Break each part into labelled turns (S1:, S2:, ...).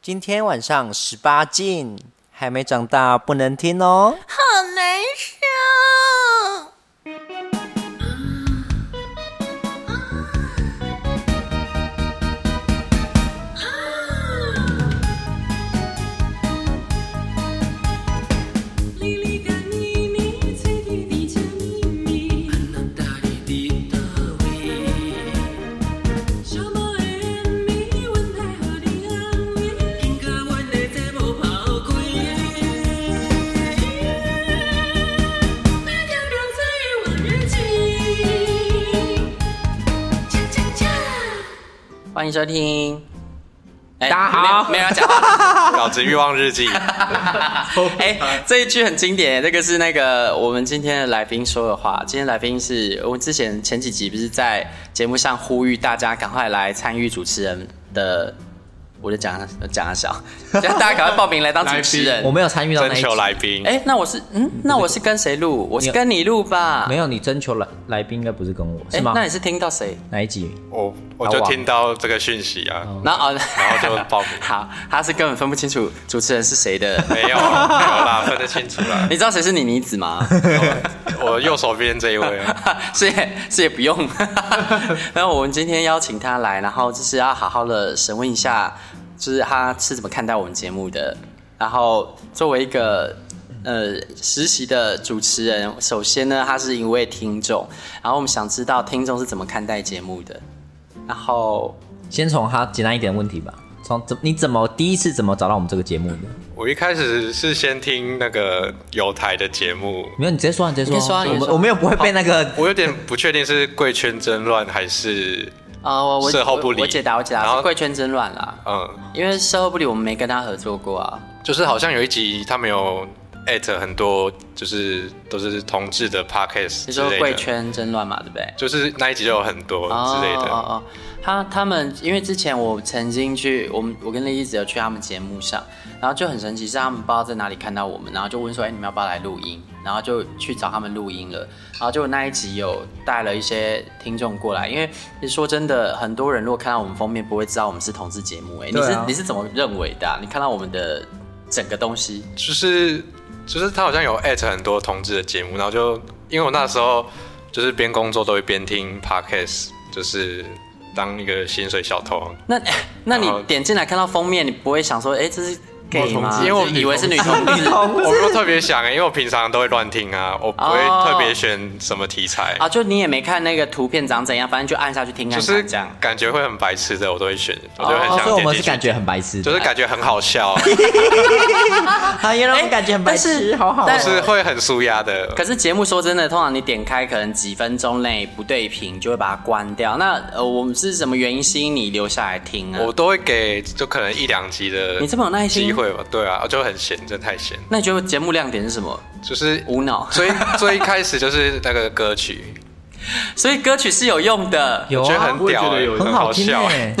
S1: 今天晚上十八禁，还没长大不能听哦。
S2: 好难受。
S3: 哩哩个咪咪，嘴里滴着咪咪。小猫的暗暝，阮来予你安慰。听到阮的节目跑开，咱就当做往日情。恰恰恰。
S4: 欢迎收听。哎
S5: 大家好
S4: 没有没有要讲话。
S5: 老子欲望 日记，
S4: 哎、这一句很经典，这个是那个我们今天的来宾说的话。今天来宾是我们之前前几集不是在节目上呼吁大家赶快来参与主持人的，我就讲讲啊 小，大家赶快报名来当主持人
S1: 我。没有参与到那
S5: 征
S1: 一
S5: 求来
S1: 集，
S5: 宾。
S4: 哎、那我是嗯，那我是跟谁录？我是跟你录吧。
S1: 没
S4: 有、
S1: 有你征求来来宾应该不是跟我是
S4: 哎，
S1: 吗
S4: 那？你是听到谁？
S1: 哪一集？
S5: 我我就听到这个讯息啊，
S4: 然后哦，。
S5: 然后就报名
S4: 好，他是根本分不清楚主持人是谁的。
S5: 没有，没有啦，分得清楚啦。
S4: 你知道谁是你妮子吗？
S5: 我右手边这一位，啊
S4: 是也是也不用。 然后我们今天邀请他来，然后就是要好好的审问一下，就是他是怎么看待我们节目的。然后作为一个呃实习的主持人，首先呢，他是一位听众，然后我们想知道听众是怎么看待节目的。然后
S1: 先从他简单一点的问题吧，从怎你怎么第一次怎么找到我们这个节目的？
S5: 我一开始是先听那个有台的节目，
S1: 没有，你直接说啊，你直接
S4: 你先说
S1: 说
S4: 啊
S1: 啊。
S4: 你
S1: 我
S4: 先
S1: 们
S4: 说
S1: 我们又不会被那个
S5: 我有点不确定是贵圈争乱还是
S4: 啊、呃我我
S5: 事后不理
S4: 我我解答我解
S5: 然
S4: 答
S5: 后
S4: 是贵圈争乱啦，
S5: 嗯，
S4: 因为事后不理我们没跟他合作过啊。
S5: 就是好像有一集他们有艾特很多就是都是同志的 podcast
S4: 你
S5: 之
S4: 说
S5: 类
S4: 贵
S5: 的，
S4: 圈争乱嘛，对不对？
S5: 就是那一集就有很多之类
S4: 哦哦
S5: 的。
S4: 哦，他他们因为之前我曾经去，我们我跟丽丽只有去他们节目上，然后就很神奇，是他们不知道在哪里看到我们，然后就问说，哎、你们要不要来录音？然后就去找他们录音了，然后就那一集有带了一些听众过来，因为其实说真的，很多人如果看到我们封面，不会知道我们是同志节目、哎、你
S1: 对
S4: 是
S1: 啊
S4: 你是怎么认为的啊、你看到我们的整个东西，
S5: 就是就是他好像有艾特很多同志的节目，然后就因为我那时候就是边工作都会边听 podcast，就是当一个薪水小偷，
S4: 那那你
S5: 然后
S4: 点进来看到封面，你不会想说，哎、这是 gay 吗？
S5: 因为我
S4: 就以为是女同 志。
S5: 我没有特别想、欸，因为我平常都会乱听啊，我不会
S4: 哦
S5: 特别选什么题材，
S4: 啊，就你也没看那个图片长怎样，反正就按下去听看
S5: 就
S4: 看
S5: 是
S4: 这样。
S5: 感觉会很白痴的，我都会选，我就很
S1: 哦，所
S5: 想
S1: 以我
S5: 点
S1: 们
S5: 进
S1: 是
S5: 去
S1: 感。觉很白痴的，
S5: 就是感觉很好笑，
S1: 啊，原来我们感觉很白痴，好好哦。
S4: 但
S5: 就是会很舒压的。
S4: 可是节目说真的，通常你点开可能几分钟内不对频，就会把它关掉。那呃，我们是什么原因吸引你留下来听啊
S5: 我？都会给，就可能一两集的，
S4: 你这么有耐心
S5: 机会吧？对啊，我就很闲，真的太闲，
S4: 那你觉得节目亮点是什么？
S5: 就是
S4: 无
S1: 哦
S4: 脑，
S5: 最最一开始就是那个歌曲，
S4: 所以歌曲是有用的。
S1: 有
S5: 我觉得
S1: 啊，
S5: 很屌、
S6: 我也觉得
S5: 欸，
S6: 有
S5: 很
S1: 很好听
S5: 笑、
S1: 哎。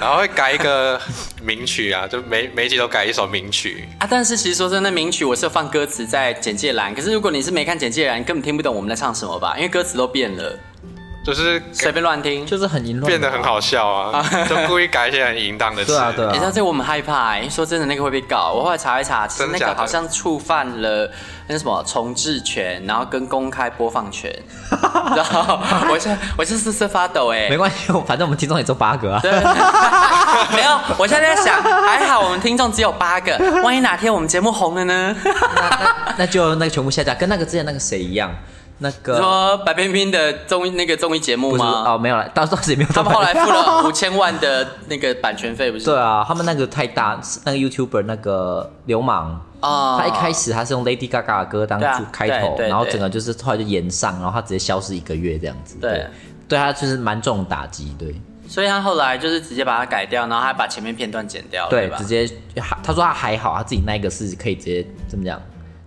S5: 然后会改一个名曲啊，就每每一集都改一首名曲。
S4: 啊，但是其实说真的，名曲我是有放歌词在简介栏，可是如果你是没看简介栏，你根本听不懂我们在唱什么吧？因为歌词都变了，
S5: 就是
S4: 随便乱听。
S1: 就是很淫乱，
S5: 变得很。好笑啊， 就故意改一些很淫荡的词。
S1: 对啊，对
S4: 你知道
S1: 啊。
S4: 这个我们害怕、欸，因为说真的，那个会被告。我后来查一查，其实
S5: 真
S4: 那
S5: 假
S4: 个
S5: 的
S4: 好像触犯了那什么重置权，然后跟公开播 放权。然后我现在我现在瑟瑟发抖哎、
S1: 没关系，我反正我们听众也就八个啊。
S4: 对， 没有，我现在在想，还好我们听众只有八个，万一哪天我们节目红了呢？
S1: 那就那个全部下架，跟那个之前那个谁一样，那个
S4: 说白冰冰的综艺那个综艺节目
S1: 啊不是
S4: 吗？
S1: 哦，没有了，到当时也没有。
S4: 他们后来 付了五千万的那个版权费，不是？
S1: 对啊，他们那个太大，是那个 YouTuber 那个流氓。
S4: 啊
S1: 他一开始他是用 Lady Gaga 的歌当
S4: 对啊
S1: 主开头，
S4: 对对
S1: 然后
S4: 对
S1: 整个就是后来就延上，然后他直接消失一个月这样子。
S4: 对哦
S1: 对，对他就是蛮重的打击，对
S4: 所以他后来就是直接把它改掉，然后还把前面片段剪掉了，
S1: 对，
S4: 吧
S1: 直？接他说他还好，他自己那一个是可以直接怎么讲，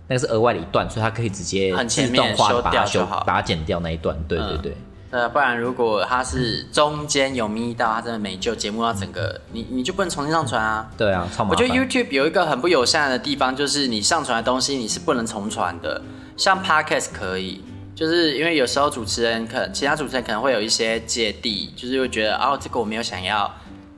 S1: 那个是额外的一段，所以他可以直接
S4: 很前
S1: 自
S4: 面
S1: 动化地把它
S4: 修掉就好
S1: 把它剪掉那一段。对对对，
S4: 呃，不然如果他是中间有眯到，他真的没救，节目要整个你你就不能重新上传啊。
S1: 对啊，超麻
S4: 我
S1: 烦。
S4: 觉得 YouTube 有一个很不友善的地方，就是你上传的东西你是不能重传的，像 Podcast 可以。就是因为有时候主持人可其他主持人可能会有一些芥蒂，就是会觉得哦这个我没有想要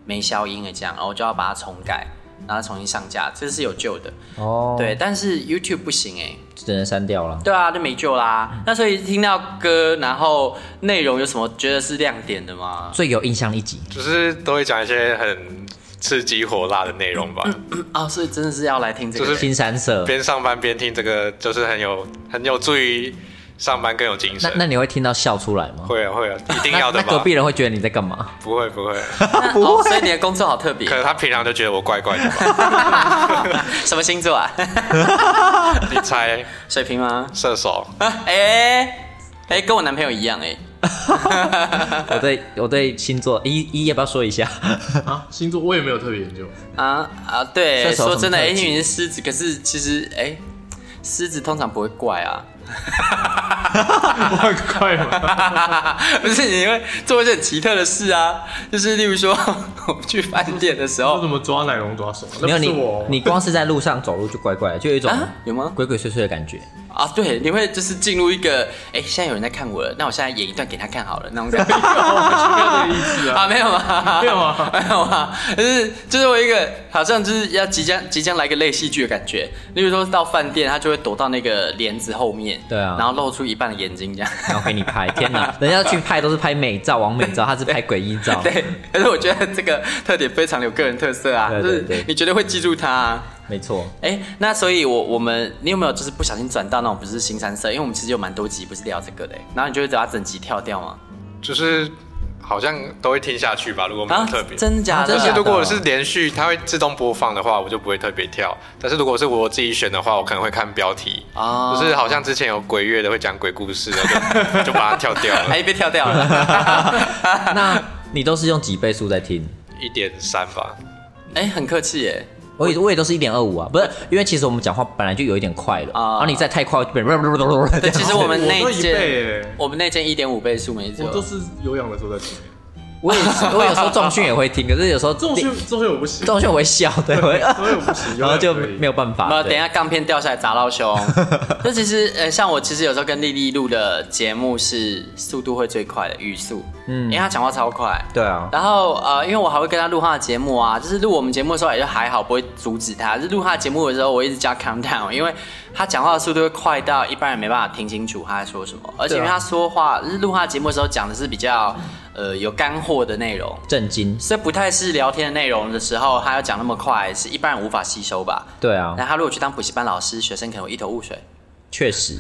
S4: 没消音的这样，然后我就要把它重改。然后重新上架，这是有救的。
S1: 哦，
S4: 对，，但是 YouTube 不行哎、
S1: 只能删掉了。
S4: 对啊，就没救啦。那所以听到歌，然后内容有什么觉得是亮点的
S1: 啊
S4: 吗？
S1: 最有印象一集，
S5: 就是都会讲一些很刺激火辣的内容吧。
S1: 嗯
S4: 啊、所以真的是要来听这个。
S5: 就是
S1: 新三色。
S5: 边上班边听这个，就是很有很有助于上班更有精
S1: 那
S5: 神。
S1: 那你会听到笑出来吗？
S5: 会啊会啊，一定
S1: 那
S5: 要的
S1: 那隔
S5: 吧？
S1: 壁人会觉得你在干嘛？
S5: 不会不会，
S4: 那哦，所以你的工作好特别
S5: 可。能他平常就觉得我怪怪的 吧？
S4: 什么星座啊？
S5: 你猜
S4: 水瓶吗？
S5: 射手？
S4: 哎、哎、跟我男朋友一样哎、
S1: 我对我对星座一一要不要说一下？
S6: 啊，星座我也没有特别 研究，
S4: 啊啊，对，
S1: 射手有
S4: 说
S1: 什么
S4: 真的，
S1: 特
S4: 哎、
S1: 质
S4: 你是狮子，可是其实哎、狮子通常不会怪啊，
S6: 我很快嘛。
S4: 不是你会做一些很奇特的事啊，就是例如说 我们去饭店的时
S6: 我
S4: 候
S6: 怎么抓奶龙抓手？
S1: 没有
S6: 那不
S1: 你
S6: 是我，
S1: 你光是在路上走路就怪怪的，就有一种
S4: 啊有吗
S1: 鬼鬼祟祟的感觉。
S4: 啊，对，你会就是进入一个哎、现在有人在看我了，那我现在演一段给他看好了那 种感觉
S6: 没有这个意思啊。
S4: 啊，没有吗？
S6: 没有啊
S4: 没有啊，就是就是我一个好像就是要即将即将来个类戏剧的感觉，例如说到饭店，他就会躲到那个帘子后面，
S1: 对啊
S4: 然后露出一半的眼睛这样。
S1: 然后给你拍，天哪！ 人家去拍都是拍美照、完美照，他是拍诡异照。
S4: 对，可是我觉得这个特点非常有个人特色啊，
S1: 对
S4: 就
S1: 对
S4: 是
S1: 对
S4: 你绝对会记住它、啊。
S1: 没错，
S4: 哎，那所以我，我们你有没有就是不小心转到那种不是新三色？因为我们其实有蛮多集不是聊这个的，然后你就会把整集跳掉嘛？
S5: 就是好像都会听下去吧，如果没有
S4: 啊
S5: 特，别。
S4: 真假的？
S1: 啊真假
S5: 但是
S1: 的
S5: 如果是连续，它会自动播放的话，我就不会特别跳。但是如果是我自己选的话，我可能会看标题，
S4: 哦
S5: 就是好像之前有鬼月的会讲鬼故事，那就就把它跳掉了，
S4: 哎，被跳掉了。
S1: 那你都是用几倍速在听？
S5: 一点三吧。
S4: 哎，很客气耶。
S1: 我也我也都是一点二五啊，不是，因为其实我们讲话本来就有一点快了，
S4: 啊
S1: 然后你再太快就变成。
S4: 对，其实 我们那
S6: 我都
S4: 一
S6: 一
S4: 件
S6: 倍耶，
S4: 我们那件一点五倍速没错
S6: 我。都是有氧的时候在听。
S1: 我也是我有时候重训也会听，可是有时候
S6: 这种训这种训我不行，
S1: 重训我会笑，对，我会
S6: 所以我不行。
S1: 然后就没有
S6: 有
S1: 办法。
S4: 啊没有，等
S1: 对
S4: 一下杠片掉下来砸到 胸。就其实，呃，像我其实有时候跟丽丽录的节目是速度会最快的语速，嗯，因为她讲话超快。
S1: 对啊，
S4: 然后呃，因为我还会跟她录她的节目啊，就是录我们节目的时候也就还好，不会阻止她。就是录她的节目的时候，我一直加 countdown，因为她讲话的速度会快到一般人没办法听清楚她在说什
S1: 啊
S4: 么，而且因为她说话，就是录她的节目的时候讲的是比较呃有干货的内容，
S1: 震惊，
S4: 所以不太是聊天的内容的时候，她要讲那么快，是一般人无法吸收吧？
S1: 对啊
S4: 那，他如果去当补习班老师，学生可能会一头雾水。
S1: 确实，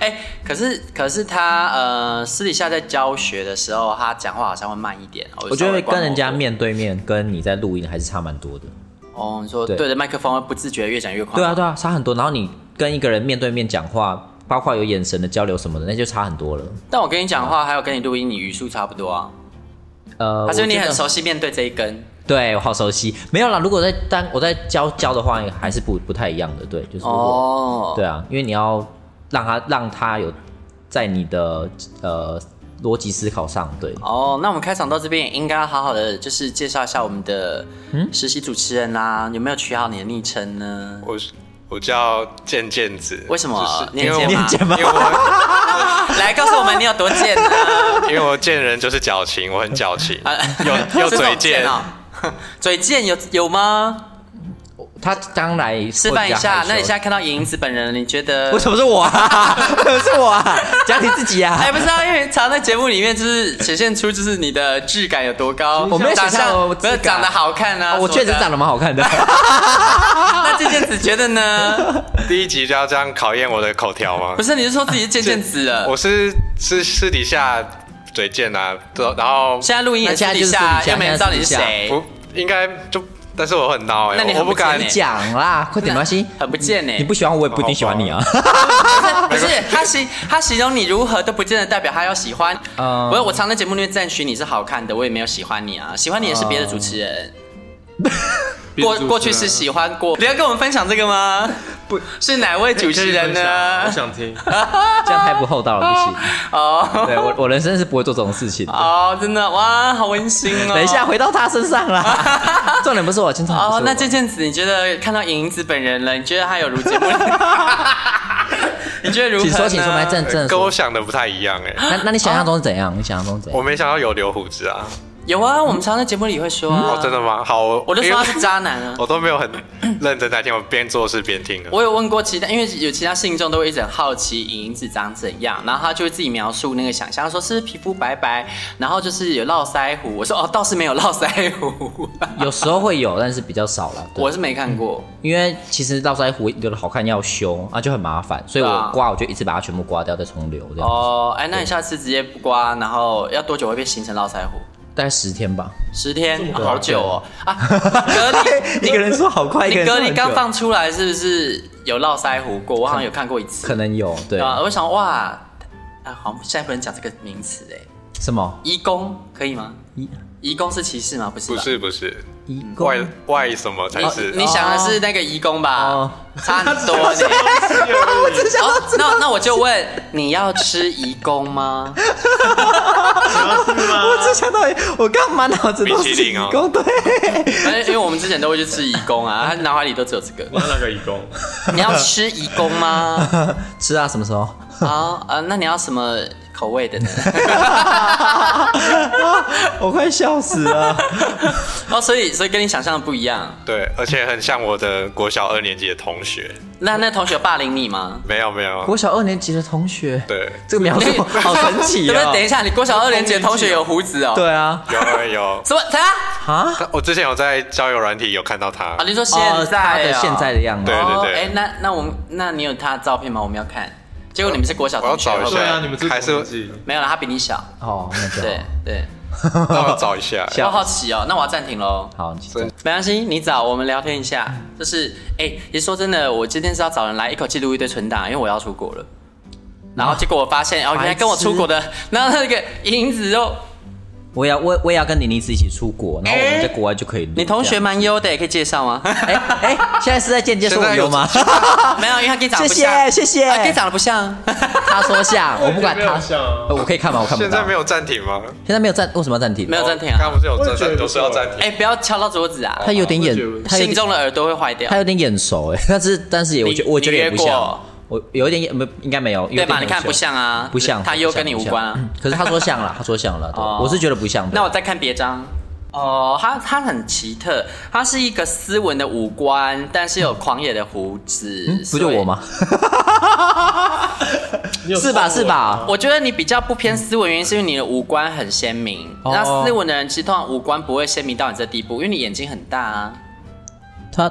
S4: 哎、可是可是他呃私底下在教学的时候，他讲话好像会慢一点。哦
S1: 我觉
S4: 稍微
S1: 得
S4: 观
S1: 跟
S4: 摩
S1: 人家
S4: 过
S1: 面对面，跟你在录音还是差蛮多的。
S4: 哦，你说
S1: 对
S4: 对着麦克风会不自觉越讲越快。
S1: 对啊，对啊，差很多。然后你跟一个人面对面讲话，包括有眼神的交流什么的，那就差很多了。
S4: 但我跟你讲话，还有跟你录音，你语速差不多啊。
S1: 呃，
S4: 还是因为你
S1: 我觉
S4: 很
S1: 得
S4: 熟悉面对这一根
S1: 对我好熟悉。没有啦，如果在当我在教教的话，还是不不太一样的。对，就是如果、
S4: 哦。
S1: 对啊，因为你要让他让他有在你的呃逻辑思考上，对，
S4: 哦，那我们开场到这边，应该要好好的就是介绍一下我们的
S1: 嗯
S4: 实习主持人啦、有没有取好你的昵称呢？
S5: 我是我叫健健子，
S4: 为什么
S5: 就是因为
S4: 念
S5: 我
S4: 健吗
S1: 念健吗
S5: 因为 我
S4: 来告诉我们你有多贱啊！
S5: 因为我见人就是矫情，我很矫 情， 有有
S4: 是这
S5: 嘴
S4: 种贱
S5: 贱，
S4: 哦， 嘴贱有有吗？
S1: 他将来
S4: 示范一下。那你现在
S1: 下
S4: 看到莹莹子本人，你觉得
S1: 为？什么是我啊？ 为什么是我啊？讲你自己啊！
S4: 哎，不是啊，因为常在节目里面就是显现出就是你的质感有多高，
S1: 我没有
S4: 长
S1: 想象
S4: 相
S1: 我
S4: 没有
S1: 质感
S4: 长得好看啊，
S1: 啊我确实长
S4: 得。
S1: 得蛮好看的。
S4: 哎那这件子觉得 呢？
S5: 第一集就要这样考验我的口条吗
S4: 不？是，你是说自己是渐渐子了
S5: 我？是是私底下嘴贱啊，然后
S4: 现在录音也
S1: 那现在
S4: 私底
S1: 就是
S4: 下，
S1: 私底下
S4: 又没人知道你是
S1: 现在
S4: 谁，
S5: 不应该就，但是我很孬哎、
S4: 那你很
S5: 我
S4: 不
S5: 敢
S4: 健欸
S1: 讲啦，快点，没关系。
S4: 很不贱呢。
S1: 你不喜欢我，也不一定喜欢你啊。
S4: 哦 不是他形他形容你如何都不见得代表他要喜欢。
S1: 嗯
S4: 我我常在节目里面赞许你是好看的，我也没有喜欢你啊，喜欢你也是别的主持人。
S1: 哦
S4: 过过去是喜欢过，你要跟我们分享这个吗？不是哪位主持人
S6: 啊我
S4: 呢？
S6: 想听。 啊
S1: 这样太不厚道了，不行。
S4: 哦
S1: 对我，我人生是不会做这种事情的。
S4: 哦，真的哇，好温馨哦。
S1: 等一下，回到他身上 啦。重点不是我，轻松不是
S4: 哦
S1: 我。，
S4: 那这阵子你觉得看到莹子本人了，你觉得她有如节目 里？你觉得如何
S1: 请
S4: 呢？
S1: 说，请
S4: 呃
S1: 说，来正正
S5: 跟
S1: 说。
S5: 我想的不太一样哎、
S4: 啊哦
S1: 那那你想象中是怎样？你想象中是怎
S5: 我
S1: 样？
S5: 没想到有留胡子啊，
S4: 有啊，我们常在节目里会说啊
S5: 哦，，真的吗？好，我
S4: 我就
S5: 因
S4: 说
S5: 为
S4: 他是渣男啊
S5: 。我都没有很认真在听，我边做事边听的。
S4: 我有问过其他，因为有其他信众都会一直很好奇影影子长怎样，然后他就会自己描述那个想象，他说是不是皮肤白白，然后就是有络腮胡。我说哦，倒是没有络腮胡，
S1: 有时候会有，但是比较少了。对
S4: 我是没看过。
S1: 因为其实络腮胡留的好看要修啊，就很麻烦，所以
S4: 对啊
S1: 我刮我就一次把它全部刮掉，再重留这样，
S4: 哦，哎，那你下次直接不刮，然后要多久会被形成络腮胡？
S1: 大概十天吧。
S4: 十天，哦好久哦啊！ 隔离
S1: 一个人说好快，一
S4: 你
S1: 个人说
S4: 隔
S1: 很久
S4: 离刚放出来是不是有络腮胡过？我好像有看过一次，
S1: 可能有对
S4: 啊，我想哇，啊，好像现在不能讲这个名词哎，
S1: 什么
S4: 移工可以吗？
S1: 移
S4: 移工是歧视吗？不是
S5: 不
S4: 吧？
S5: 是不是，
S1: 一公
S5: 外外什么才
S4: 哦
S5: 是？
S4: 你想的是那个移工吧？
S1: 哦
S4: 差很 多呢。哦，那那我就问，你要吃移工吗？
S1: 我只想到我干嘛脑子
S5: 都是米其林
S4: 啊
S5: 哦义工
S1: 对，
S4: 反哎正因为我们之前都会去吃移工啊，他脑海里都只有这个。
S6: 我要那个义工，
S4: 你要吃移工 吗？
S1: 吃啊什么时候？
S4: 啊啊，那你要什么口味的呢？
S1: 我快笑死 了。
S4: 哦，所以所以跟你想象的不一样。
S5: 对，而且很像我的国小二年级的同学。
S4: 那那同学霸凌你吗？
S5: 没有没有，
S1: 国小二年级的同学，
S5: 对，
S1: 这个描
S4: 你
S1: 述好神奇
S4: 对不对？
S1: 啊
S4: 等！一下，你国小二年级的同学有胡子哦。
S1: 对。啊，
S5: 有有有。
S4: 什么？他？
S1: 啊，
S5: 我之前有在交友软体有看到他
S4: 啊，，你说现
S1: 哦他
S4: 在
S1: 的
S4: 哦？
S1: 现在的样子
S5: 对，
S4: 哦，
S5: 对
S4: 哎，那那我们，那你有他的照片吗？我们要看。结果你们是国小
S5: 我要
S4: 同学，
S5: 找一
S4: 会不
S5: 下
S4: 会
S6: 对啊，你们这
S5: 还是
S4: 没有了，他比你小。
S1: 哦，那就
S4: 对对，
S5: 让我找一下。
S1: 笑
S4: 我好奇哦，那我要暂停喽。
S1: 好，
S5: 真
S4: 没关系，你找我们聊天一下。就是，哎、其实说真的，我今天是要找人来一口气录一堆存档，因为我要出国了。然
S1: 啊
S4: 后结果我发现，哦，原来跟我出国的，然后那个银子哦肉，
S1: 我也要我我也要跟妮妮子一起出国，然后我们
S4: 哎
S1: 在国外就可以录。
S4: 你同
S1: 这
S4: 学
S1: 样？
S4: 蛮优的，可以介绍吗？
S1: 哎哎，现在是在间接说我有 吗？
S4: 没有，因为他跟你长得
S1: 哦谢
S4: 不
S1: 谢
S4: 像，
S1: 谢谢
S4: 啊，跟你长得 不像。
S1: 他说像，我不管
S6: 没有
S1: 他
S6: 像啊
S1: 呃我可以看吗？我看不
S5: 现在
S1: 到
S5: 没。有暂停吗？
S1: 现在没有暂，为什么要暂停？
S4: 没有暂停啊
S5: 刚刚不是有
S6: 我也
S5: 暂
S6: 觉得
S5: 停，都是要
S6: 不错
S5: 暂停。
S4: 哎、不要敲到桌子啊！
S1: 他有点眼
S6: 我觉得，不
S1: 他有
S4: 信
S1: 点
S4: 众的耳朵会坏掉
S1: 他。有点眼熟哎， 但是但是也我觉
S4: 你
S1: 我觉得也不
S4: 你约
S1: 像
S4: 过，
S1: 我有一点眼没应该没有，有
S4: 对
S1: 点
S4: 吧？你看
S1: 眼熟
S4: 不像啊，
S1: 不像，
S4: 他
S1: 不
S4: 优
S1: 像
S4: 跟你
S1: 不
S4: 无
S1: 像
S4: 关啊
S1: 嗯。可是他说像 了，他说像了，对
S4: 哦
S1: 我是觉得不像的。
S4: 那我再看别张。哦，他他很奇特，他是一个斯文的五官，但是有狂野的胡子，
S1: 嗯不
S4: 所以
S1: 就我？吗？
S6: 你有
S1: 是吧
S6: 送
S1: 是
S6: 我
S1: 吧？
S4: 我觉得你比较不偏斯文，原因是因为你的五官很鲜明。
S1: 哦
S4: 那斯文的人其实通常五官不会鲜明到你这地步，因为你眼睛很大啊。
S1: 他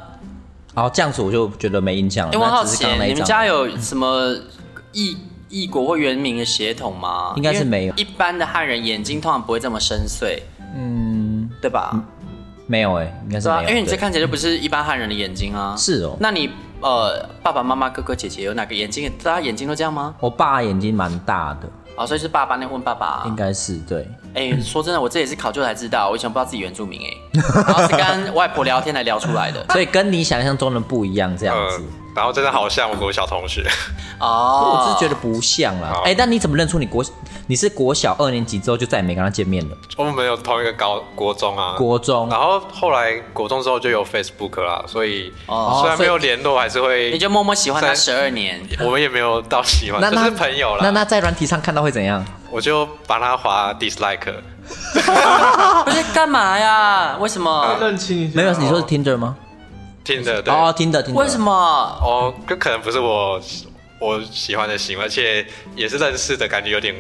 S1: 哦这样子我就觉得没印象了。
S4: 哎因为我
S1: 那
S4: 好
S1: 只是
S4: 奇，
S1: 刚刚那
S4: 你
S1: 一
S4: 们
S1: 张
S4: 家有什么异异国或原名的血统吗？
S1: 应该是没有
S4: 因为一般的汉人眼睛通常不会这么深邃，
S1: 嗯
S4: 对吧？
S1: 没有哎，应该是
S4: 对啊
S1: 没，有，
S4: 因为你这
S1: 对
S4: 看起来就不是一般汉人的眼睛啊。
S1: 是哦。
S4: 那你呃，爸爸妈妈、哥哥姐姐有哪个眼睛？大家眼睛都这样吗？
S1: 我爸眼睛蛮大的，
S4: 哦，所以是爸爸那问爸爸、
S1: 应。该是对。
S4: 哎、说真的，我这也是考究才知道，我以前不知道自己原住民哎、然后是跟外婆聊天才聊出来的。
S1: 所以跟你想象中的不一样，这样子
S5: 嗯。，然后真的好像我国小同学，
S4: 哦，
S1: 我只是觉得不像啦。
S5: 啊好
S1: 哎，但你怎么认出你国你是国小二年级之后就再也没跟他见面了？
S5: 我们有同一个高国中啊。
S1: 国中
S5: 然后后来国中之后就有 Facebook 啦，所以
S4: 哦
S5: 虽然没有联络，还是
S4: 你
S5: 会，
S4: 就默默喜欢他
S5: 在
S4: 十二年。
S5: 我们也没有到喜欢，
S1: 那
S5: 就
S1: 那
S5: 是朋友
S1: 那
S5: 啦。
S1: 那在软体上看到会怎样？
S5: 我就把他划 dislike，
S4: 不是干嘛呀？为什么？
S6: 认清一下，哦
S1: 没有，你说是 Tinder 吗？
S5: 听着啊对。
S1: 哦，Tinder Tinder。
S4: 为什？么？
S5: 哦，这可能不是我我喜欢的型，而且也是认识的感觉有点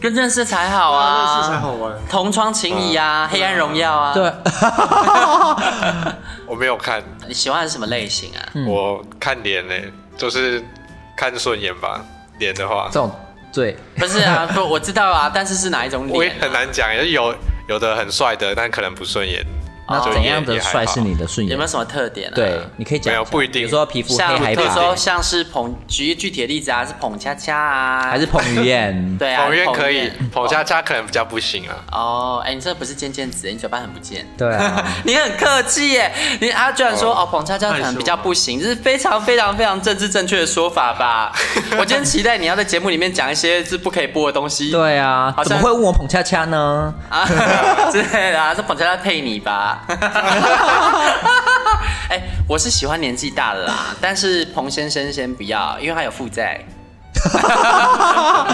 S4: 跟认识才好
S6: 啊，认识才
S4: 啊，
S6: 好嗯玩。
S4: 同窗情谊啊，黑暗荣耀啊。
S1: 对，，
S5: 我没有看，
S4: 你喜欢的是什么类型啊？
S1: 嗯
S5: 我看脸嘞、就是看顺眼吧，脸的话
S1: 这，种对，
S4: 不是 啊，不，我知道啊，但是是哪一种
S5: 我也
S4: 脸啊？
S5: 很难讲，有有的很帅的，但可能不顺眼。
S1: 那
S5: 就
S1: 怎
S5: 也
S1: 样的
S5: 也还
S1: 帅
S5: 好
S1: 是你的顺
S4: 有没有
S1: 眼？
S4: 什么特点啊？
S1: 对，你可以讲一下。
S5: 没有不一定
S1: 比如说皮肤
S4: 像
S1: 黑还
S4: 比如
S1: 白
S4: 说，像是彭，举具体的例子啊，是彭恰恰啊，？
S1: 还是彭于晏
S4: 对啊，
S5: 彭于晏可以
S4: 彭晏，
S5: 彭佳佳可能比较不行啊。
S4: 哦，哎、你这不是尖尖子，你嘴巴很不尖。
S1: 对 啊，
S4: 你很客气耶，你他居然说哦，彭恰恰可
S6: 害
S4: 能
S6: 羞
S4: 比较不行，这是非常非常非常政治正确的说法 吧？我今天期待你要在节目里面讲一些是不可以播的东西，
S1: 对啊，
S4: 好像
S1: 怎么会问我彭恰恰呢？
S4: 啊 之类的、啊，是彭恰恰配你吧？ 哎、我是喜欢年纪大的啦，但是彭先生先不要，因为他有负债。 好，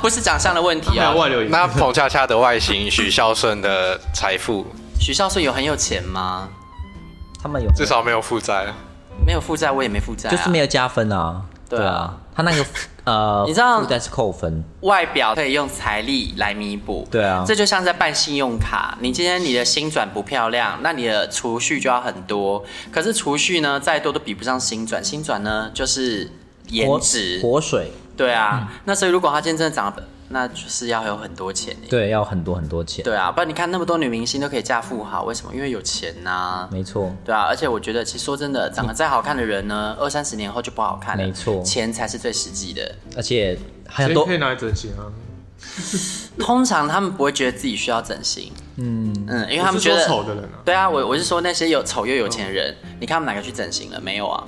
S4: 不是长相的问题
S6: 还有
S4: 哦。
S6: 外流影
S5: 那彭恰恰的外形，许孝顺的财富，
S4: 许孝顺有很有钱吗？
S1: 他们有
S5: 至少没有负债啊。
S4: 没有负债，我也没负债、啊，
S1: 就是没有加分啊。
S4: 对啊，
S1: 他那个呃，
S4: 你知道
S1: 附带是扣分，
S4: 外表可以用财力来弥补。
S1: 对啊
S4: 这就像在办信用卡，你今天你的薪转不漂亮，那你的储蓄就要很多。可是储蓄呢，再多都比不上薪转，薪转呢就是颜
S1: 活
S4: 值。
S1: 活水，
S4: 对啊，
S1: 嗯
S4: 那所以如果她今天真的长得，那就是要有很多钱耶
S1: 对，要很多很多钱，
S4: 对啊，不然你看那么多女明星都可以嫁富豪，为什么？因为有钱呐、
S1: 没错，
S4: 对啊，而且我觉得，其实说真的，长得再好看的人呢，二三十年后就不好看了。
S1: 没错
S4: 钱才是最实际的。
S1: 而且还有
S6: 钱
S1: 多
S6: 可以拿来整形啊，
S4: 通常他们不会觉得自己需要整形，嗯嗯，因为他们
S6: 不是
S4: 觉
S6: 说
S4: 得
S6: 丑的人啊，
S4: 对啊，我我是说那些有丑又有钱的人，你看他们哪个去整形了？没有啊，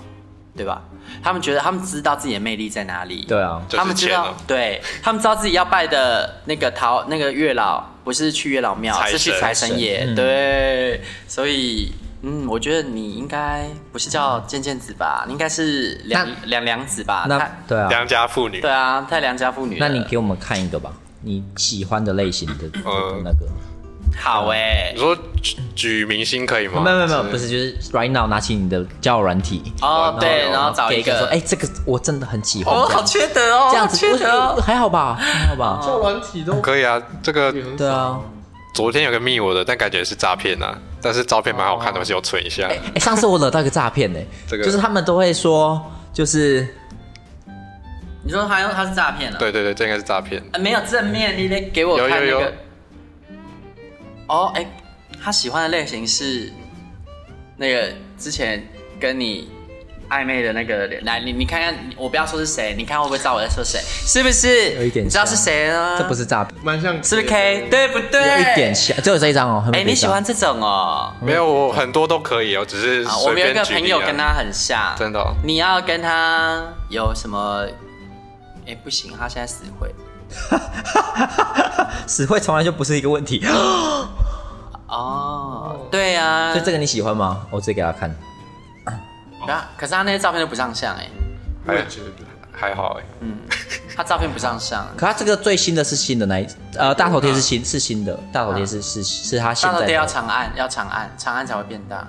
S4: 对吧？他们觉得他们知道自己的魅力在哪里，
S1: 对啊，
S5: 就是
S4: 他们知
S5: 钱
S4: 道
S5: 啊，
S4: 对他们知道自己要拜的那个桃那个月老不是去月老庙，
S5: 财
S4: 是去
S5: 神
S4: 财神爷，
S1: 嗯
S4: 对，所以。嗯，我觉得你应该不是叫健健子吧，你应该是良良良子吧？
S1: 那
S4: 太
S1: 对啊，
S5: 良家妇女
S4: 对。啊，太良家妇女了。
S1: 那你给我们看一个吧，你喜欢的类型的的
S5: 呃
S1: 那个，
S4: 好哎、
S5: 你说举举明星可以吗？
S1: 没有没有没有，不是，就是 right now 拿起你的交友软体，
S4: 哦，对，然后找
S1: 给
S4: 一
S1: 一个
S4: 个
S1: 说，，哎，这个我真的很喜欢，
S4: 哦，
S1: 这
S4: 好
S1: 样
S4: 缺德哦，
S1: 这样
S4: 好
S1: 子
S4: 缺德
S1: 我哎
S4: 哦。
S1: 还好吧，还好吧，
S6: 叫软体都
S5: 可以啊。这个
S6: 也很
S1: 对
S6: 少。
S1: 啊，
S5: 昨天有个密我的，但感觉是诈骗啊。但是照片蛮好看
S4: 哦
S5: 的，我有存一下。
S1: 哎、上次我惹到一个诈骗呢，
S5: 这个
S1: 就是他们都会说，就是
S4: 你说他用他是诈骗了？
S5: 对对对，这应该是诈骗。
S1: 哎
S4: 呃，没有正面，你得给我看
S5: 有
S4: 那
S5: 有有
S4: 个。哦，哎，他喜欢的类型是那个之前跟你暧昧的那个人。来，你你看看，我不要说是谁，你看会不会知道我在说谁？是不是？
S1: 有一点
S4: 你知道是谁呢？
S1: 这不是诈骗，
S6: 蛮像
S4: 是不是 K？对不对？
S1: 有一点。像，只有这一张哦、还没别
S4: 哎，你
S1: 的
S4: 喜欢这种哦？
S5: 没有，我很多都可以哦，只是
S4: 啊，我
S5: 随
S4: 们有一
S5: 便
S4: 个
S5: 举
S4: 朋
S5: 例
S4: 友
S5: 啊
S4: 跟他很像，
S5: 真的哦
S4: 你要跟他有什么？哎、不行，他现在死会。
S1: 死会从来就不是一个问题，
S4: 嗯
S1: 所
S4: 哦，对啊，
S1: 以这个你喜欢吗？我直接给他看，
S4: 可他可是他那些照片都不上相哎、
S6: 我也觉得。
S5: 还好哎。
S4: 他照片不上相。
S1: 可他这个最新的是新的那一，呃，大头贴是新是新的，大头贴是是是他现
S4: 大头
S1: 在
S4: 贴要
S1: 的，
S4: 长按，要长按，长按才会变大。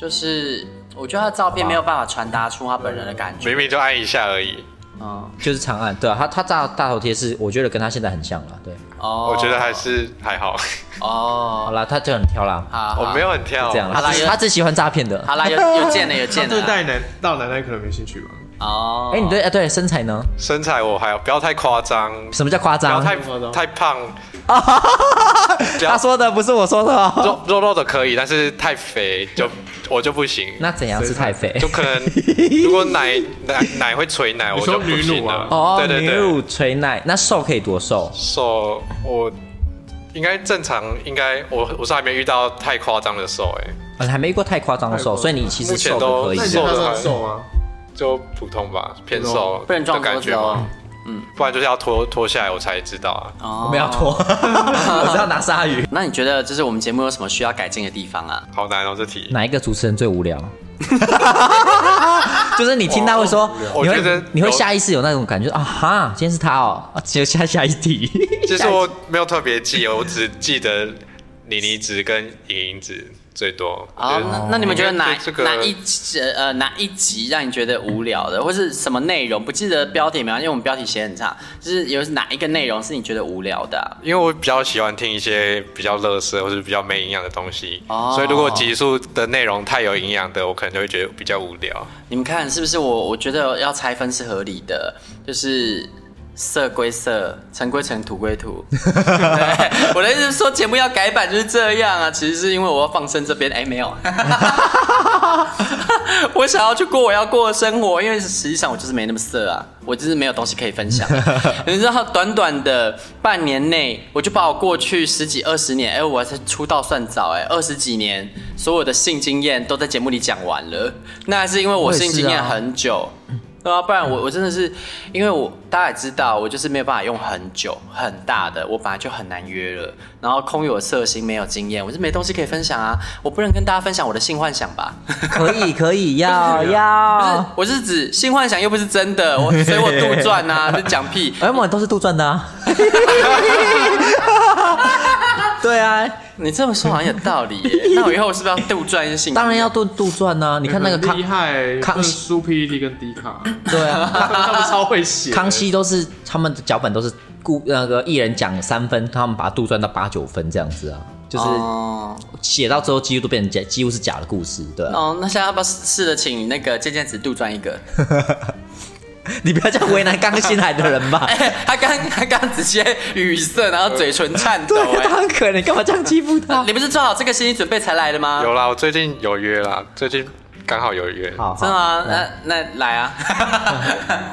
S4: 就是我觉得他的照片没有办法传达出他本人的感觉。
S5: 明明就按一下而已，
S4: 嗯，
S1: 就是长按，对啊，他他大大头贴是我觉得跟他现在很像了，对，
S4: 哦
S5: 我觉得还是还好。
S1: 好
S4: 哦，
S1: 啦，他就很挑啦，
S4: 好，好
S5: 我没有很跳
S1: 啊这样啦，
S4: 好啦
S1: 他只
S4: 有
S1: 他只喜欢诈骗的，
S4: 好啦，有有见了，有
S6: 他
S4: 见
S6: 对
S4: 了。
S6: 大奶大奶奶可能没兴趣吧？
S4: 哦，
S1: 哎、你对啊对身材呢？
S5: 身材，我还好不要太夸张，
S1: 什么叫夸
S5: 不要
S1: 张？
S5: 太
S6: 夸张
S5: 太 胖，不要
S1: 他说的不是我说的、哦。
S5: 肉肉肉的可以，但是太肥 就我就不行。
S1: 那怎样是太肥？
S5: 就可 能如果奶奶奶会垂奶，我
S6: 说
S5: 就不
S6: 女
S5: 行
S6: 乳啊
S5: 了。
S1: 哦，
S5: 对对
S1: 女
S5: 对，
S1: 乳垂奶，那瘦可以多瘦？
S5: 手我应该正常，应该我我是还没遇到太夸张的手，哎，
S1: 啊你还没遇过太夸张的瘦，
S6: 太夸张
S1: 所以你其实
S5: 目前
S1: 瘦都可以
S5: 都
S6: 那你
S5: 瘦
S6: 觉得
S5: 的
S6: 他
S5: 还
S6: 算瘦吗？
S5: 就普通吧，偏瘦
S4: 被人撞
S5: 的
S4: 桌
S5: 感
S4: 子
S5: 觉
S1: 啊
S4: 哦
S5: 嘛。。不然就是要脱脱下来我才知道啊。
S4: 哦
S1: 我们要脱， 我是要拿鲨鱼。
S4: 那你觉得就是我们节目有什么需要改进的地方啊？
S5: 好难哦，这题。
S1: 哪一个主持人最无聊？就是你听到会说，
S5: 我
S1: 你
S5: 我觉得
S1: 会你会
S5: 有
S1: 下意识有那种感觉啊哈，今天是他哦，啊接下下一题。
S5: 其实我没有特别记，我只记得妮妮子跟莹莹子最多。
S4: 好，
S5: 我觉得
S4: 那那你们觉得哪
S5: 应该这个
S4: 哪一集呃哪一集让你觉得无聊的，或是什么内容？不记得标题没关系，因为我们标题写很长，就是有哪一个内容是你觉得无聊的啊、
S5: 因为我比较喜欢听一些比较乐色或者比较没营养的东西，
S4: 哦
S5: 所以如果集数的内容太有营养的，我可能就会觉得比较无聊。
S4: 你们看是不是我？我觉得要拆分是合理的，就是色归色，尘归尘，土归 土。对我的意思是说，节目要改版就是这样啊。其实是因为我要放生这边，哎、没有，我想要去过我要过的生活，因为实际上我就是没那么色啊，我就是没有东西可以分享。啊你知道，短短的半年内，我就把我过去十几二十年，哎、我才出道算早、哎，二十几年所有的性经验都在节目里讲完了。那还是因为我
S1: 我也是啊
S4: 性经验很久。对啊，不然我我真的是，因为我大家也知道，我就是没有办法用很久很大的，我本来就很难约了。然后空有色心，没有经验，我就没东西可以分享啊。我不能跟大家分享我的性幻想吧？
S1: 可以可以，要
S4: 不是
S1: 要，，
S4: 我是指性幻想又不是真 的，我所以我杜撰啊，这讲屁。
S1: 哎，我们都是杜撰的啊。 对啊，
S4: 你这么说好像有道理耶。 那我以后我是不是要杜撰一些性？
S1: 当然要。杜杜撰呐。你看那个
S6: 很厉
S1: 康，
S6: 害，
S1: 康
S6: 康苏 PED 跟迪卡，
S1: 对啊，
S6: 他们超会写。
S1: 康熙都是他们的脚本都是故那个艺人讲三分，他们把它杜撰到八九分这样子啊，就是
S4: 哦
S1: 写到最后几乎都变成假，几乎是假的故事，对啊。
S4: 哦，那现在要不要试着请那个渐渐子杜撰一个？
S1: 你不要这样为难刚新来的人吧。
S4: 哎他刚他刚直接语塞，然后嘴唇颤抖、
S1: 对啊，
S4: 哎
S1: 他很可怜，你干嘛这样欺负 他？
S4: 你不是做好这个心理准备才来的吗？
S5: 有啦，我最近有约啦，最近刚好有约，
S1: 好，好
S4: 真的吗？
S1: 来
S4: 那那来啊！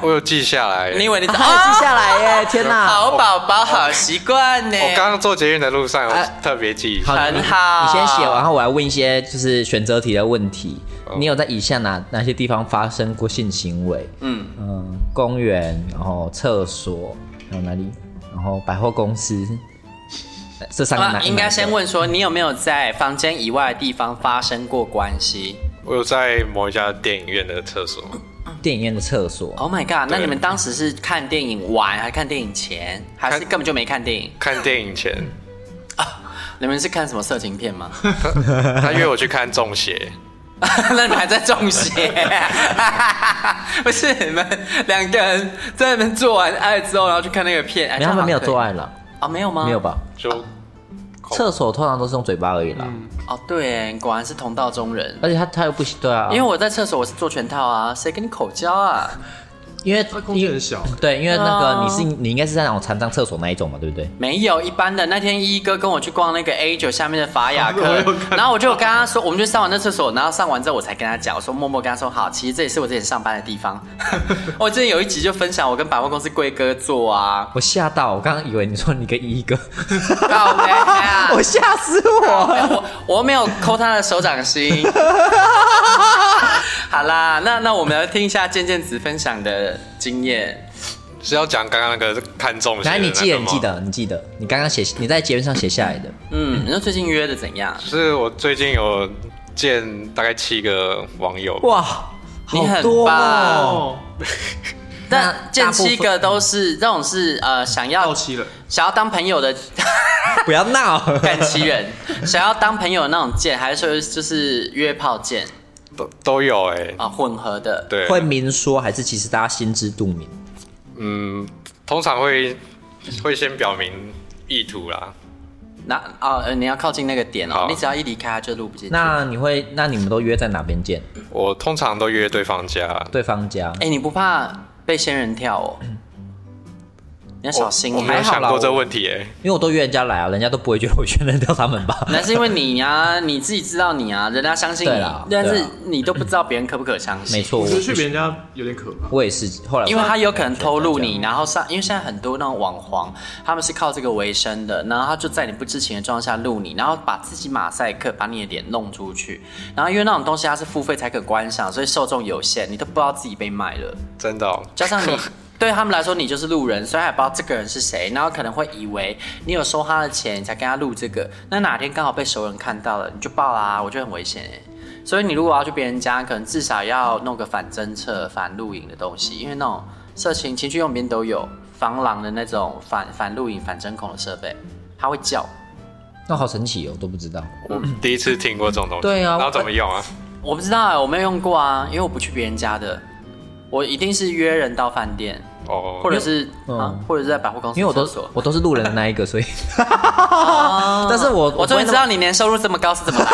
S5: 我有记下来。
S4: 你以为你早
S1: 啊还有记下来耶！天
S4: 啊
S1: 哪，
S4: 好宝宝好习惯呢？
S5: 我刚刚坐捷运的路
S1: 啊
S5: 上，我特别记。
S1: 好
S4: 很
S1: 你
S4: 呃好
S1: 你先写完，然后我来问一些就是选择题的问题。
S5: 哦
S1: 你有在以下哪哪些地方发生过性行为？
S4: 嗯，
S1: 嗯，公园，然后厕所，还有哪里？然后百货公司。 呃这三个
S4: 啊
S1: 哪？
S4: 应该先。
S1: 哪一个
S4: 问说你有没有在房间以外的地方发生过关系
S5: 我有在某一家电影院的厕所，
S1: 电影院的厕所，
S4: ？Oh my god！那
S5: 对
S4: 你们当时是看电影完，还是看电影前，还是
S5: 看
S4: 根本就没看电影？
S5: 看电影前，
S4: 你们是看什么色情片吗？
S5: 他约我去看《中邪
S4: 那你们还在中邪？ 不是你们两个人在那边做完爱之后，然后去看那个片？哎
S1: 没有他们没有做
S4: 啊、
S1: 爱了，
S4: 哦？没有吗？
S1: 没有？吧？》，
S5: 就
S1: 厕所通常都是用嘴巴而已啦，
S4: 哦，对耶，果然是同道中人。
S1: 而且他他又不喜对啊，
S4: 因为我在厕所我是做全套啊，谁跟你口交啊？
S1: 因为
S6: 他空间很小，
S1: 对，因为那
S4: 对啊
S1: 个你是你应该是在那种残障厕所那一种嘛，对不对？
S4: 没有，一般的。那天一哥跟我去逛那个 A 九下面的法雅
S6: 我
S4: 克
S6: 有看，到
S4: 然后我就跟他说，我们就上完那厕所，然后上完之后我才跟他讲，我说默默跟他说好，其实这也是我之前上班的地方。 我之前有一集就分享我跟百货公司贵哥做 啊，
S1: 我吓到，我刚刚以为你说你跟一哥，
S4: 告白 啊
S1: 我吓死我！
S4: 哎我我没有抠他的手掌心。 好啦，那那我们来听一下渐渐子分享的经验。
S5: 是要讲刚刚那个看《中邪》。
S1: 来，你记得，你记。得，你记得，你刚刚写你在节目上写下来的，
S4: 嗯，你说最近约的怎样？
S5: 就是我最近有见大概七个网友，
S1: 哇，
S4: 你
S1: 好
S4: 很
S1: 多哦！
S6: 哦，
S4: 但见七个都是这种是呃想
S6: 到
S4: 要
S6: 期了，
S4: 想要当朋友的
S1: 不要闹，
S4: 干 七人， 想要当朋友的那种见，还是说就是约炮见
S5: 都都有哎、
S4: 啊、混合的？
S5: 对，
S1: 会明说还是其实大家心知肚明？
S5: 嗯，通常会会先表明意图啦，
S4: 那哦、呃你要靠近那个点哦
S5: 好，
S4: 你只要一离开他就录不进去。
S1: 那你会，那你们都约在哪边见？
S5: 我通常都约对方家，
S1: 对方家？
S4: 哎、你不怕被仙人跳哦？你要小心哦
S5: 我
S4: 耶，
S5: 没有
S1: 还好
S5: 想
S1: 啦
S5: 过这
S1: 我
S5: 问题哎、
S1: 因为我都约人家来啊，人家都不会觉得我确认掉他们吧？
S4: 那是因为你啊，你自己知道你啊，人家相信
S1: 对
S4: 你
S1: 啦，
S4: 但
S1: 对
S4: 是
S1: 啦
S4: 你都不知道别人可不可相信。
S1: 没，错，
S6: 我
S1: 我
S6: 觉得去别人家有点可怕。
S1: 我也是后来，
S4: 因为他有可能偷录你，然后上，因为现在很多那种网黄，他们是靠这个为生的，然后他就在你不知情的状况下录你，然后把自己马赛克，把你的脸弄出去，然后因为那种东西它是付费才可观赏，所以受众有限，你都不知道自己被卖了。
S5: 真的哦、
S4: 加上 你对他们来说你就是路人，虽然也不知道这个人是谁，然后可能会以为你有收他的钱，你才跟他录这个。那哪天刚好被熟人看到了，你就爆啦、我觉得很危险哎。所以你如果要去别人家，可能至少要弄个反侦测、反录影的东西，因为那种色情情趣用品都有，防狼的那种反反录影、反针孔的设备，它会叫。
S1: 那好神奇哦，我都不知道。
S5: 我第一次听过这种东西，
S1: 对啊
S5: 然后怎么用啊？
S4: 我不知道欸，我没有用过啊，因为我不去别人家的，我一定是约人到饭店，
S5: 哦，
S4: 或者是、
S1: 嗯
S4: 啊，或者是在百货公司
S1: 因为我
S4: 厕
S1: 都
S4: 所。哦
S1: 我都是路人的那一个，所以， 但是我
S4: 我终于知
S1: 道。
S4: 道你年收入这么高是怎 么来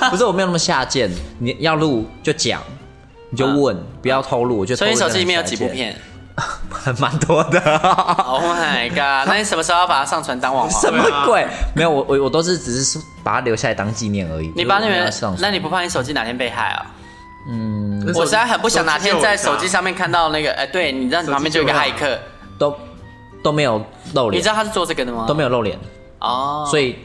S4: 的。
S1: 不是我没有那么下贱，你要录就讲，你就问，不要透露。我觉得
S4: 嗯所以你手机里面有
S1: 偷
S4: 几
S1: 录
S4: 部
S1: 真的很下
S4: 片
S1: 贱， 蛮多的。
S4: ？Oh my god！那你 什么时候要把它上传当网
S1: 什
S4: 红？
S1: 么鬼？没有，我我我都是只是把它留下来当纪念而已。
S4: 你把
S1: 就是
S4: 那
S1: 我没有
S4: 边
S1: 上，
S4: 那你不怕你手机哪天被害啊？
S6: 那手
S4: 我实在很不想哪天在手机
S6: 借我一下
S4: 上面看到那个，哎，对你知道你旁边就有一个骇客，
S1: 都都没有露
S4: 你
S1: 脸
S4: 知，道他是做这个的吗？
S1: 都没有露脸，
S4: 哦，
S1: 所以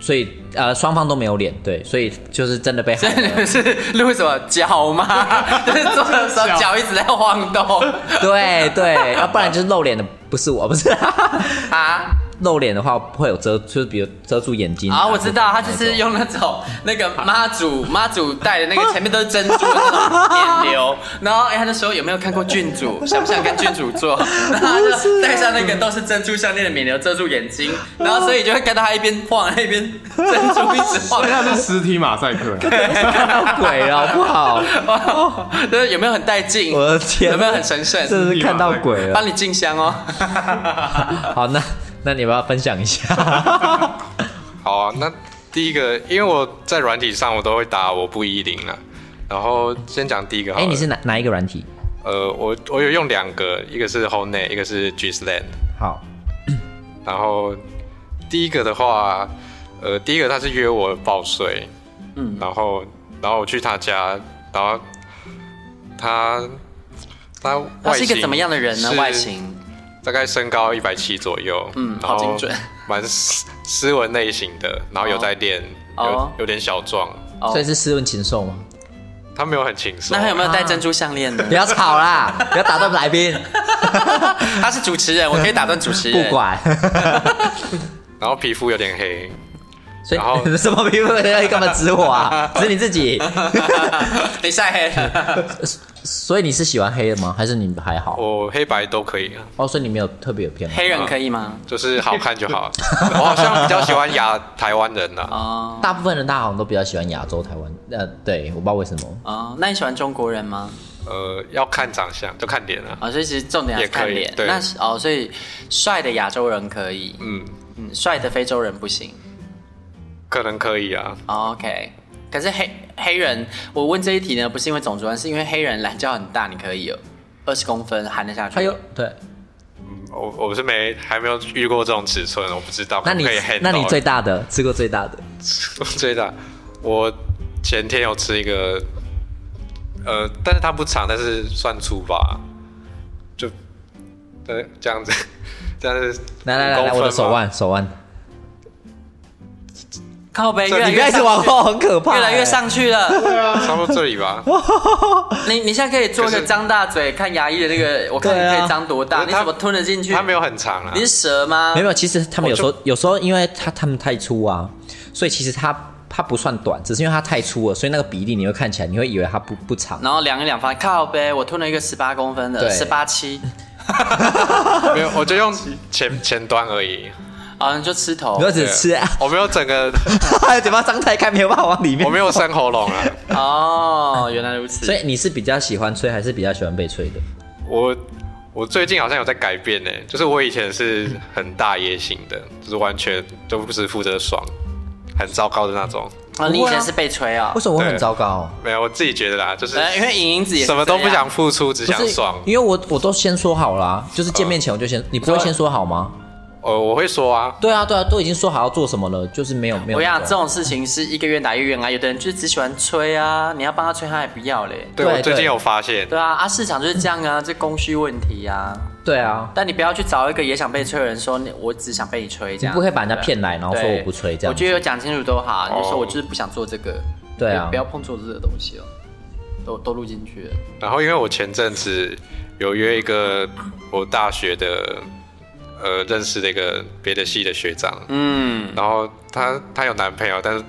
S1: 所以呃双方都没有脸，对，所以就是真的被害
S4: 你
S1: 了
S4: 们，是录什么脚吗？ 就是做 的时候脚一直在晃动
S1: 对对，要不然就是露脸的不是我，不是
S4: 啊
S1: 露脸的话会有遮，就是比如遮住眼睛
S4: 啊！我知道，他就
S1: 那
S4: 是
S1: 种
S4: 用那 种那个妈祖妈祖戴的那个前面都是珍珠的那种眼 流，然后哎他就说有没有看过郡主，想不想跟郡主做？
S1: 啊
S4: 然后他就戴上那个都是珍珠项链的冕流遮住眼睛，
S1: 哦
S4: 然后所以就会看到他一边晃一边珍珠一直晃
S6: 所以。他是实体马赛克，啊
S1: 看到 鬼了，好不 好？
S4: 哇，就是有没有很带劲？
S1: 哦我的天
S4: 有没有很神圣？
S1: 真的是看到鬼了
S4: 帮。你进香哦。
S1: 好，那那你要不要分享一下？
S5: 好啊，那第一个，因为我在软体上我都会打我不一零了，然后先讲第一个好
S1: 哎、
S5: 了。
S1: 你是哪哪一个软体？
S5: 呃，我我有用两个，一个是 Honet，一个是 Gisland。
S1: 好，
S5: 然后第一个的话，呃，第一个他是约我报税，嗯，然后然后我去他家，然后他他外
S4: 他是一个怎么样的人呢？
S5: 是
S4: 外形
S5: 大概身高一百七左右，
S4: 嗯
S5: 然后
S4: 好精准，
S5: 蛮斯斯文类型的，然后有在练，
S4: 哦
S5: 有有点小壮，
S4: 哦
S1: 所以是啊斯文禽兽吗？
S5: 他没有很轻松
S4: 那，他有没有戴珍珠项链呢
S1: 不？要吵 啦，不要打断来宾，
S4: 他是主持人，我可以打断主持
S1: 不
S4: 人。
S1: 管。
S5: 然后皮肤有点黑，
S1: 所
S5: 然后
S1: 以 什么评论要干嘛指我 啊？指你自己。
S4: 等一下 黑，
S1: 所以你是喜欢黑的吗？还是你还好？
S5: 我黑白都可以啊，
S1: 哦，所以你没有特别有偏好。
S4: 黑人可以吗？
S5: 就是好看就好。 我好像比较喜欢亚台湾人啊呐、
S4: 哦
S1: 大部分人大家好像都比较喜欢亚洲、台湾。呃，对，我不知道为什么。
S4: 哦，那你喜欢中国人吗？
S5: 呃，要看长相，就看脸啊。
S4: 啊，所以其实重点还是看
S5: 也
S4: 脸
S5: 可以。对
S4: 那是哦，所以帅的亚洲人可以，
S5: 嗯，
S4: 嗯，帅的非洲人不行。
S5: 可能可以啊。
S4: 哦 OK，可是黑黑人，我问这一题呢，不是因为种族啊，是因为黑人懒觉很大，你可以有二十公分含得下去。
S1: 还有对，
S4: 哦
S5: 我我是没还没有遇过这种尺寸，我不知道。
S1: 那你
S5: 可不可以 handle
S1: 那你最大的吃过最大的
S5: 最大，我前天有吃一个，呃，但是它不长，但是算粗吧，就呃这样子， 但是
S1: 来来来来，我的手，腕手腕，
S4: 靠背
S5: 这
S4: 越来
S1: 你
S4: 越
S1: 不要一直
S4: 上
S1: 往
S4: 去
S1: 后，很可怕、
S4: 越来越
S1: 欸。
S4: 上啊去 了。
S5: 差不多这 里吧。
S4: 你你现在可以做一个
S5: 可是
S4: 张大嘴看牙医的那个，我看
S1: 对啊
S4: 你可以张多大，
S5: 可是
S4: 你
S5: 他
S4: 怎么吞得进去？
S5: 它没有很长啊
S4: 你，是蛇吗？
S1: 没有，没有，其实他们有时
S5: 我
S1: 候有时候，因为他他们太粗啊，所以其实它它不算短，只是因为它太粗了，所以那个比例你会看起来，你会以为它不不长。
S4: 然后量一量，发现靠背，我吞了一个十八公分的，
S1: 对
S4: 十八七，
S5: 没有，我就用前前端而已。
S4: 啊，你就吃头
S1: 你，要只吃、
S4: 哦
S1: 啊，
S5: 我没有整个，
S1: 嘴巴张开开，没有办法往里面
S5: 我。没有生喉咙啊。
S4: 哦，原来如此。
S1: 所以你是比较喜欢吹，还是比较喜欢被吹的？
S5: 我我最近好像有在改变呢，欸就是我以前是很大野型的，就是完全都不是负责爽，很糟糕的那种。
S4: 哦，你以
S1: 不会啊
S4: 前是被吹啊
S1: 为？什么我很
S5: 对
S1: 糟糕？
S5: 没有，我自己觉得啦，就是
S1: 哎
S4: 呃，因为影影子也是
S5: 什么都不
S4: 这样
S5: 想，付出，只
S1: 不
S5: 想
S1: 是
S5: 爽，。
S1: 因为我我都先说好啦、就是见面
S4: 嗯
S1: 前我就先，你不
S4: 啊
S1: 会先说好吗？
S5: 呃，我会说啊，
S1: 对啊，对啊，都已经说好要做什么了，就是没有没有
S4: 我跟你
S1: 那
S4: 讲，
S1: 个。
S4: 这种事情是一个愿打一个愿挨，有的人就是只喜欢吹啊，你要帮他吹，他也不要嘞。
S5: 对
S1: 对
S5: 我最近
S1: 对
S5: 有发现，
S4: 对啊，啊，市场就是这样啊，这供需问题啊。
S1: 对啊，
S4: 但你不要去找一个也想被吹的人说，你我只想被你吹这
S1: 你
S4: 样。
S1: 不可以把人家骗来，然后说
S4: 对
S1: 我不吹这
S4: 我
S1: 样
S4: 觉
S1: 子。
S4: 得有讲清楚都好，啊你就说
S5: 哦
S4: 我就是不想做这个。
S1: 对啊
S4: 不要碰做这个东西哦，都都录进去了。
S5: 然后因为我前阵子有约一个我大学的呃认识的一个别的系的学长，
S4: 嗯，
S5: 然后她她有男朋友，但是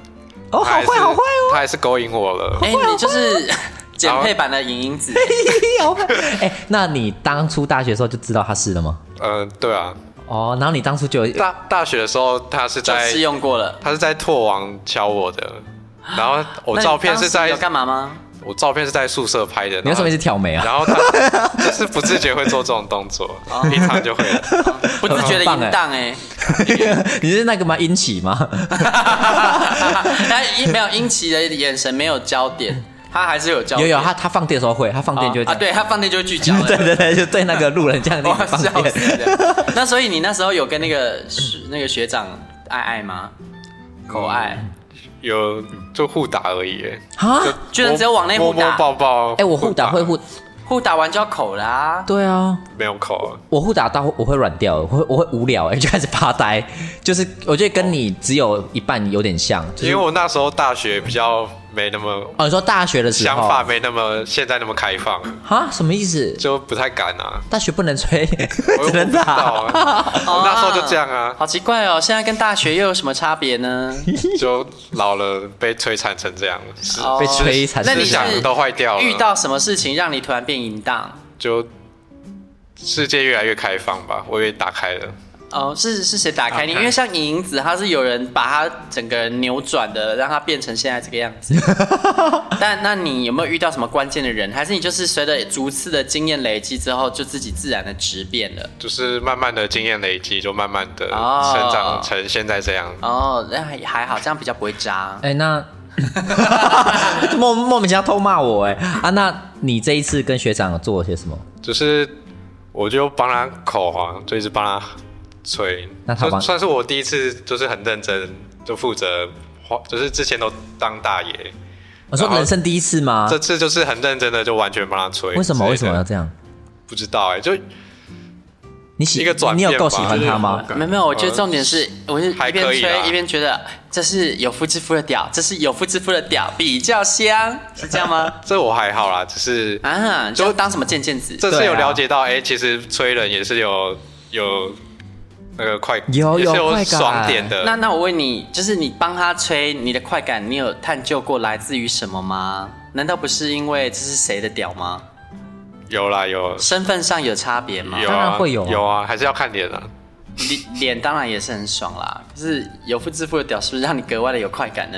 S1: 哦，
S5: 她
S1: 好
S5: 还是
S1: 坏好坏哦。
S5: 她还是勾引我了，
S4: 哎、
S1: 啊
S4: 你就是 减配版的影影子，
S1: 有 哎、那你当初大学的时候就知道他是了吗？
S5: 嗯，对啊，
S1: 哦，然后你当初就有
S5: 大大学的时候她是
S4: 就
S5: 在
S4: 试用过了。
S5: 她是在拓网敲我的，然后我
S4: 那你
S5: 照片是
S4: 当时
S5: 在
S4: 有干嘛吗？
S5: 我照片是在宿舍拍的，
S1: 你为什么一直
S5: 然后
S1: 挑眉啊？
S5: 然后他就是不自觉会做这种 动作，
S4: 哦
S5: 平常就会了。
S4: 不自觉的淫荡
S1: 欸
S4: 哎，
S1: 你是那个吗？殷启吗？
S4: 他一没有英奇的眼神没有焦点，他还是有焦
S1: 有
S4: 点。
S1: 有，他他放电的时候会，他放电就会
S4: 啊
S1: 这
S4: 啊，
S1: 样。
S4: 对他放电就会聚焦 了。
S1: 对对对，就对那个路人这样
S4: 哇，
S1: 放
S4: 笑
S1: 电。
S4: 死 了！那所以你那时候有跟那个学那个学长爱爱吗？口爱，
S1: 嗯
S5: 有就互打而已耶，
S1: 啊！
S4: 居然只有往内
S5: 摸
S4: 互
S5: 摸
S4: 打。
S5: 抱抱。
S1: 哎哎、我互打会互，
S4: 互打完就要口啦、
S1: 对啊，
S5: 没有口啊，
S1: 我互打到我会软掉，我会我会无聊、 欸，就开始发呆。就是我觉得跟你只有一半有点像，就
S5: 因
S1: 是
S5: 为我那时候大学比较没那么
S1: 哦，你说大学的时
S5: 想
S1: 候
S5: 法，没那么现在那么开放，
S1: 哈，什么意思？
S5: 就不太敢啊。
S1: 大学不能吹，
S5: 我 又
S1: 只
S5: 不
S1: 能
S5: 知道
S1: 打。
S5: 啊，我那时候就这样啊，
S4: 好奇怪哦，现在跟大学又有什么差别呢？
S5: 就老了被摧残成这样，是
S4: 哦
S1: 被摧残
S4: 那你
S5: 思想
S4: 是
S5: 都坏掉了
S4: 遇到什么事情让你突然变淫荡？
S5: 就世界越来越开放吧，我也打开了。
S4: 哦，是是谁打开你？
S5: 打开
S4: 因为像你银子，他是有人把他整个人扭转的，让他变成现在这个样 子。但那你有没有遇到什么关键的人？还是你就是随着逐次的经验累积之后，就自己自然的质变了？
S5: 就是慢慢的经验累积，就慢慢的
S4: 哦
S5: 成长成现在这样。
S4: 哦，那还还好，这样比较不会渣。
S1: 哎、那 莫莫名其妙偷骂我哎、啊！那你这一次跟学长有做了些什么？
S5: 就是我就帮他口啊，就一直帮他吹。
S1: 那他帮
S5: 就算是我第一次，就是很认真，就负责花，就是之前都当大爷，
S1: 我说
S5: 然后
S1: 人生第一次吗？
S5: 这次就是很认真的，就完全帮他吹。
S1: 啊为什么为什么要
S5: 样？
S1: 这样？
S5: 不知道哎、就
S1: 你喜
S5: 一个转
S1: 你
S5: 变
S1: 有够
S5: 吧
S1: 喜欢他吗？
S4: 没有没有，我觉得重点是，我是
S5: 哦还
S4: 一边
S5: 可以啦
S4: 吹一边觉得这是有夫之妇的屌，这是有夫之妇的屌，比较香，是这样 吗？
S5: 这我还好啦，只是
S4: 啊，你就当什么贱贱子？
S5: 这次
S1: 对啊
S5: 有了解到，哎、其实吹人也是有有那个快，
S1: 有
S5: 也是
S1: 有快感
S5: 爽点的。
S4: 那那我问你，就是你帮他吹你的快感，你有探究过来自于什么吗？难道不是因为这是谁的屌吗？
S5: 有啦有
S4: 身份上有差别吗？
S5: 有
S1: 啊当
S5: 啊
S1: 然会有啊
S5: 有啊，还是要看脸啊。
S4: 脸脸当然也是很爽啦，可是有夫之妇的屌是不是让你格外的有快感呢？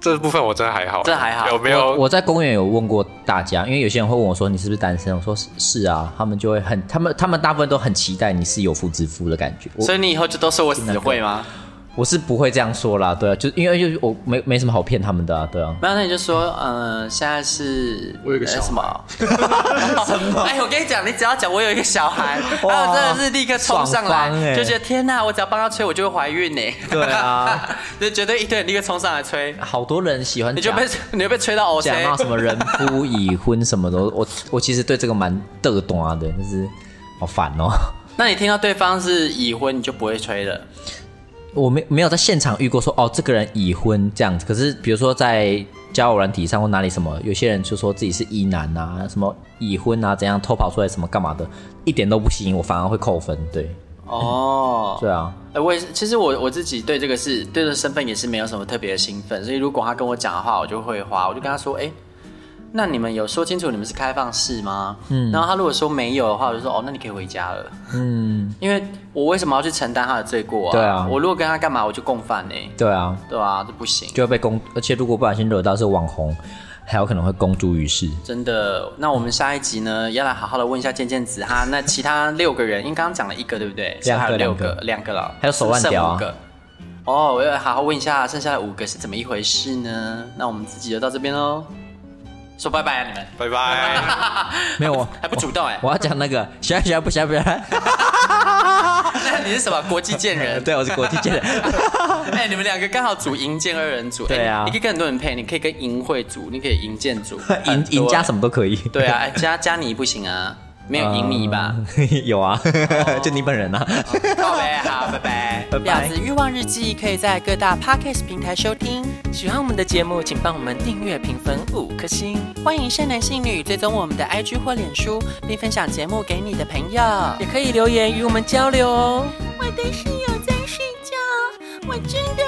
S5: 这部分我真的还好，
S4: 这还好
S5: 有没
S1: 我
S5: 有？
S1: 我在公园有问过大家，因为有些人会问我说你是不是单身，我说是是啊，他们就会很他们他们大部分都很期待你是有夫之妇的感觉。我
S4: 所以你以后就都说我死会吗？
S1: 我是不会这样说啦，对啊，就因为就是我没没什么好骗他们的啊，对啊。
S4: 没有，那你就说，呃，现在是
S6: 我有一个小孩
S4: 呃什么 什么？哎、我跟你讲，你只要讲我有一个小孩，
S1: 哇
S4: 然后真的是立刻冲上
S1: 爽翻
S4: 来，
S1: 欸
S4: 就觉得天哪、我只要帮他吹，我就会怀孕呢、
S1: 对啊，
S4: 就绝对一堆人立刻冲上来吹，
S1: 好多人喜欢
S4: 你就
S1: 假
S4: 被你就被吹到 O
S1: 假
S4: C
S1: 冒。什么人夫已婚什么的，我我我其实对这个蛮嘚端的，就是好烦哦。
S4: 那你听到对方是已婚，你就不会吹
S1: 嗯
S4: 了。
S1: 我没没有在现场遇过说哦，这个人已婚这样子。可是比如说在交友软体上或哪里什么，有些人就说自己是一男啊，什么已婚啊，怎样偷跑出来什么干嘛的，一点都不吸引我，反而会扣分。对，
S4: 哦，
S1: 对啊，
S4: 哎、我也是，其实我我自己对这个是对这个身份也是没有什么特别的兴奋，所以如果他跟我讲的话，我就会花，我就跟他说，哎、那你们有说清楚你们是开放式吗？嗯，然后他如果说没有的话，我就说，哦，那你可以回家了，
S1: 嗯，
S4: 因为我为什么要去承担他的罪过啊？
S1: 对啊
S4: 我如果跟他干嘛，我就共犯呢、
S1: 对啊，
S4: 对啊，这不行。
S1: 就会被公，而且如果不小心惹到是网红，还有可能会公诸于世。
S4: 真的，那我们下一集呢，要来好好的问一下健健子哈。那其他六个人，因为刚刚讲了一个，对不对？
S1: 两个
S4: 还有六
S1: 两个
S4: 两个了，
S1: 还有手腕
S4: 剩
S1: 屌啊
S4: 五个。哦，我要好好问一下，剩下的五个是怎么一回事呢？那我们自己就到这边喽，说拜拜啊，你们
S5: 拜拜，
S1: 没有我，
S4: 还不主动哎、
S1: 我要讲那个喜欢喜欢不喜欢不喜欢，
S4: 那你是什么国际贱 人？
S1: 对，我是国际界的，
S4: 哎、你们两个刚好组银剑二人组，哎
S1: 对啊
S4: 你可以跟很多人配，你可以跟银会组，你可以银剑组，
S1: 赢赢家什么
S4: 么？
S1: 都可以。
S4: 对啊，哎加加你不行啊，没有赢你吧？
S1: 嗯？ 有啊，就你本人啊。
S4: 告白，好，拜拜。
S1: 拜拜
S4: 婊子欲望日记可以在各大 podcast 平台收听。喜欢我们的节目，请帮我们订阅、评分五颗星。欢迎善男信女追踪我们的 IG 或脸书，并分享节目给你的朋友，也可以留言与我们交流哦。
S2: 我的室友在睡觉，我真的